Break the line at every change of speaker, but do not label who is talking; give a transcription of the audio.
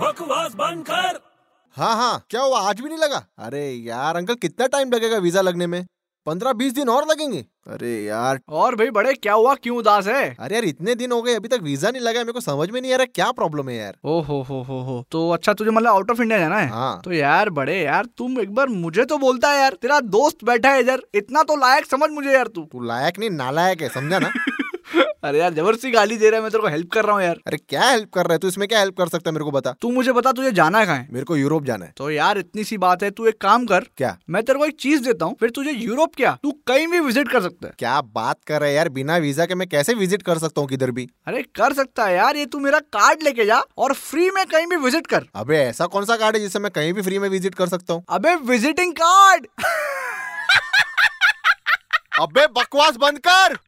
बकवास बंद कर
हाँ हाँ क्या हुआ आज भी नहीं लगा अरे यार अंकल कितना टाइम लगेगा वीजा लगने में पंद्रह बीस दिन और लगेंगे अरे यार
और भाई बड़े क्या हुआ क्यों उदास है
अरे यार इतने दिन हो गए अभी तक वीजा नहीं लगा है, मेरे को समझ में नहीं आ रहा क्या प्रॉब्लम है यार
ओ हो हो हो हो तो अच्छा तुझे मतलब आउट ऑफ इंडिया जाना है
हाँ
तो यार बड़े यार तुम एक बार मुझे तो बोलता है यार तेरा दोस्त बैठा है इधर इतना तो लायक समझ मुझे यार तू
तू लायक नहीं नालायक है समझा ना
अरे यार जबरदस्ती गाली दे रहा है मैं तेरे को हेल्प कर रहा हूँ यार
अरे क्या हेल्प कर रहा है तू इसमें क्या हेल्प कर सकता है मेरे को बता
तू मुझे बता तुझे जाना कहाँ है
मेरे को यूरोप जाना है
तो यार इतनी सी बात है तू एक काम कर
क्या
मैं तेरे को एक चीज देता हूँ फिर तुझे यूरोप क्या तू कहीं भी विजिट कर सकता है
क्या बात कर रहा है यार बिना वीजा के मैं कैसे विजिट कर सकता हूँ किधर भी
अरे कर सकता है यार ये तू मेरा कार्ड लेके जा और फ्री में कहीं भी विजिट कर
अबे ऐसा कौन सा कार्ड है जिससे मैं कहीं भी फ्री में विजिट कर सकता हूँ
अबे विजिटिंग कार्ड
अबे बकवास बंद कर